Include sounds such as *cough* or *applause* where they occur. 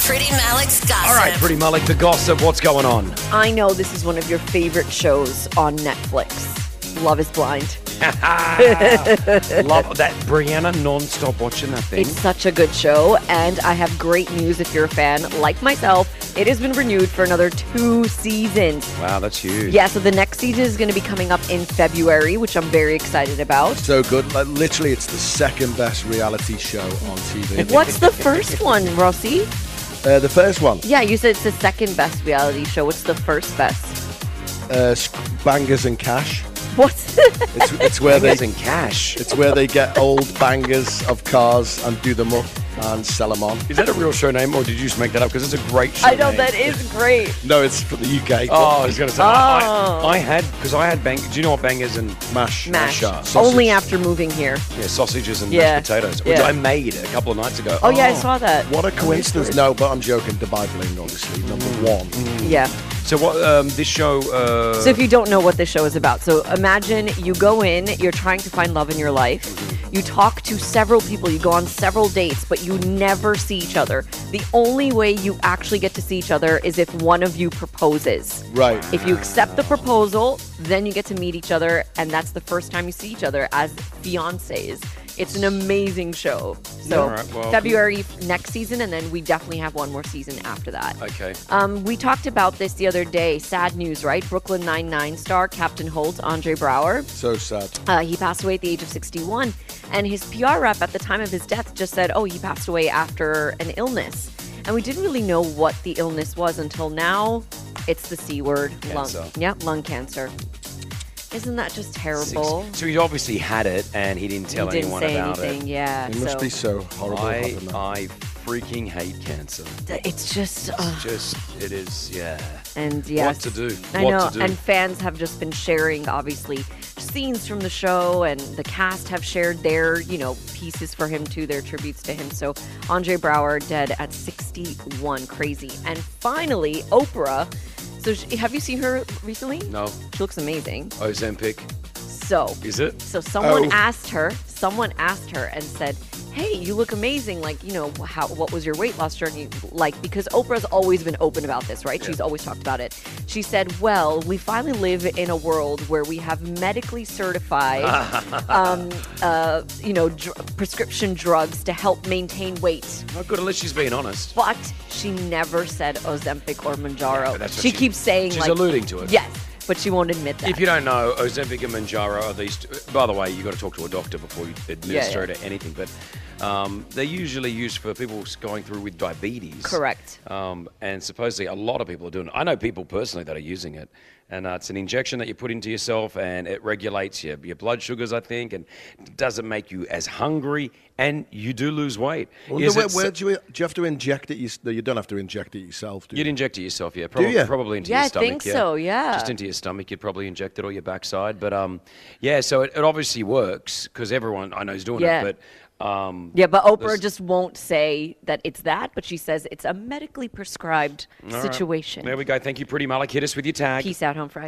Pretty Malik's Gossip. All right, Pretty Malik, the gossip. What's *laughs* going on? I know this is one of your favorite shows on Netflix. Love is Blind. Love that Brianna non-stop watching that thing. It's such a good show, and I have great news if you're a fan like myself. It has been renewed for another two seasons. wow, that's huge. Yeah, so the next season is going to be coming up in February, which I'm very excited about. So good. Like, literally, it's the second best reality show on TV. What's the first one, Rossi? Uh, the first one, Yeah, you said it's the second best reality show. What's the first best? *laughs* uh, Sc- Bangers and Cash. What's *laughs* It's, it's where they It's in cash. it's where they get old bangers of cars and do them up and sell them on. Is that a real show name, or did you just make that up? Because it's a great show. I know name. that is great. No, it's from the Uh, UK. Oh, I was going to say. I- Oh. I, I had because I had bang. Do you know what bangers and mash? Mash. Mash. Only after moving here. Yeah, sausages and Yeah. mashed potatoes, which Yeah. I made a couple of nights ago. Oh, yeah, I saw that. What a coincidence. No, but I'm joking. The Bibling, obviously, number one. Yeah. So what? Um, this show. Uh, So if you don't know what this show is about, so imagine you go in, you're trying to find love in your life. Mm-hmm. You talk to several people, you go on several dates, but you never see each other. The only way you actually get to see each other is if one of you proposes. Right. If you accept the proposal, then you get to meet each other, and that's the first time you see each other as fiancés. It's an amazing show. So All right, well- February next season, and then we definitely have one more season after that. okay. Um, we talked about this the other day. Sad news, right? Brooklyn Nine-Nine star Captain Holt, Andre Brower, So sad. uh, he passed away at the age of 61. And his PR rep at the time of his death just said, oh, he passed away after an illness. And we didn't really know what the illness was until now. It's the C word, Cancer. lung. Yeah, lung cancer. Isn't that just Six- terrible? So he obviously had it, and he didn't He tell didn't anyone say about anything. it. Yeah. It must be so horrible. I having that. I freaking hate cancer. It's just. Uh, Just it is. Yeah. and yes. What to do? I what know, to do? and fans have just been sharing, obviously, scenes from the show, and the cast have shared their, you know, pieces for him too, their tributes to him. So Andre Brower dead at 61, crazy. And finally, Oprah. So sh have you seen her recently? no. She looks amazing. Ozempic. So, Is it? so someone Oh. asked her, someone asked her and said, "Hey, you look amazing. Like, you know, how what was your weight loss journey like?" Because Oprah's always been open about this, right? She's always talked about it. She said, "Well, we finally live in a world where we have medically *laughs* certified um, uh, you know, dr- prescription drugs to help maintain weight." Oh, good. At least she's being honest. But she never said Ozempic or Yeah, Manjaro. but that's what she, she- keeps saying she's like alluding to it. Yes, but she won't admit that. If you don't know, Ozempic and Manjaro are these. Two, by the way, you got to talk to a doctor before you administer yeah. it or anything. But um, they're usually used for people going through with diabetes. Correct. Um, and supposedly, a lot of people are doing. it. I know people personally that are using it, and uh, it's an injection that you put into yourself, and it regulates your your blood sugars, I think, and doesn't make you as hungry, and you do lose weight. Wonder Is where, it- where do, you, do you have to inject it? You, no, you don't have to inject it yourself, do you? You'd inject it yourself, yeah. Probably, ya? probably into Yeah, your I stomach. think so, yeah. Just into your stomach, you'd probably inject it or your backside. But um, yeah, so it, it obviously works because everyone I know is doing Yeah. it. But um, Yeah, but Oprah Those- just won't say that it's that, but she says it's a medically prescribed all right. situation. There we go. Thank you, Pretty Malik. Hit us with your tag. Peace out, home Friday.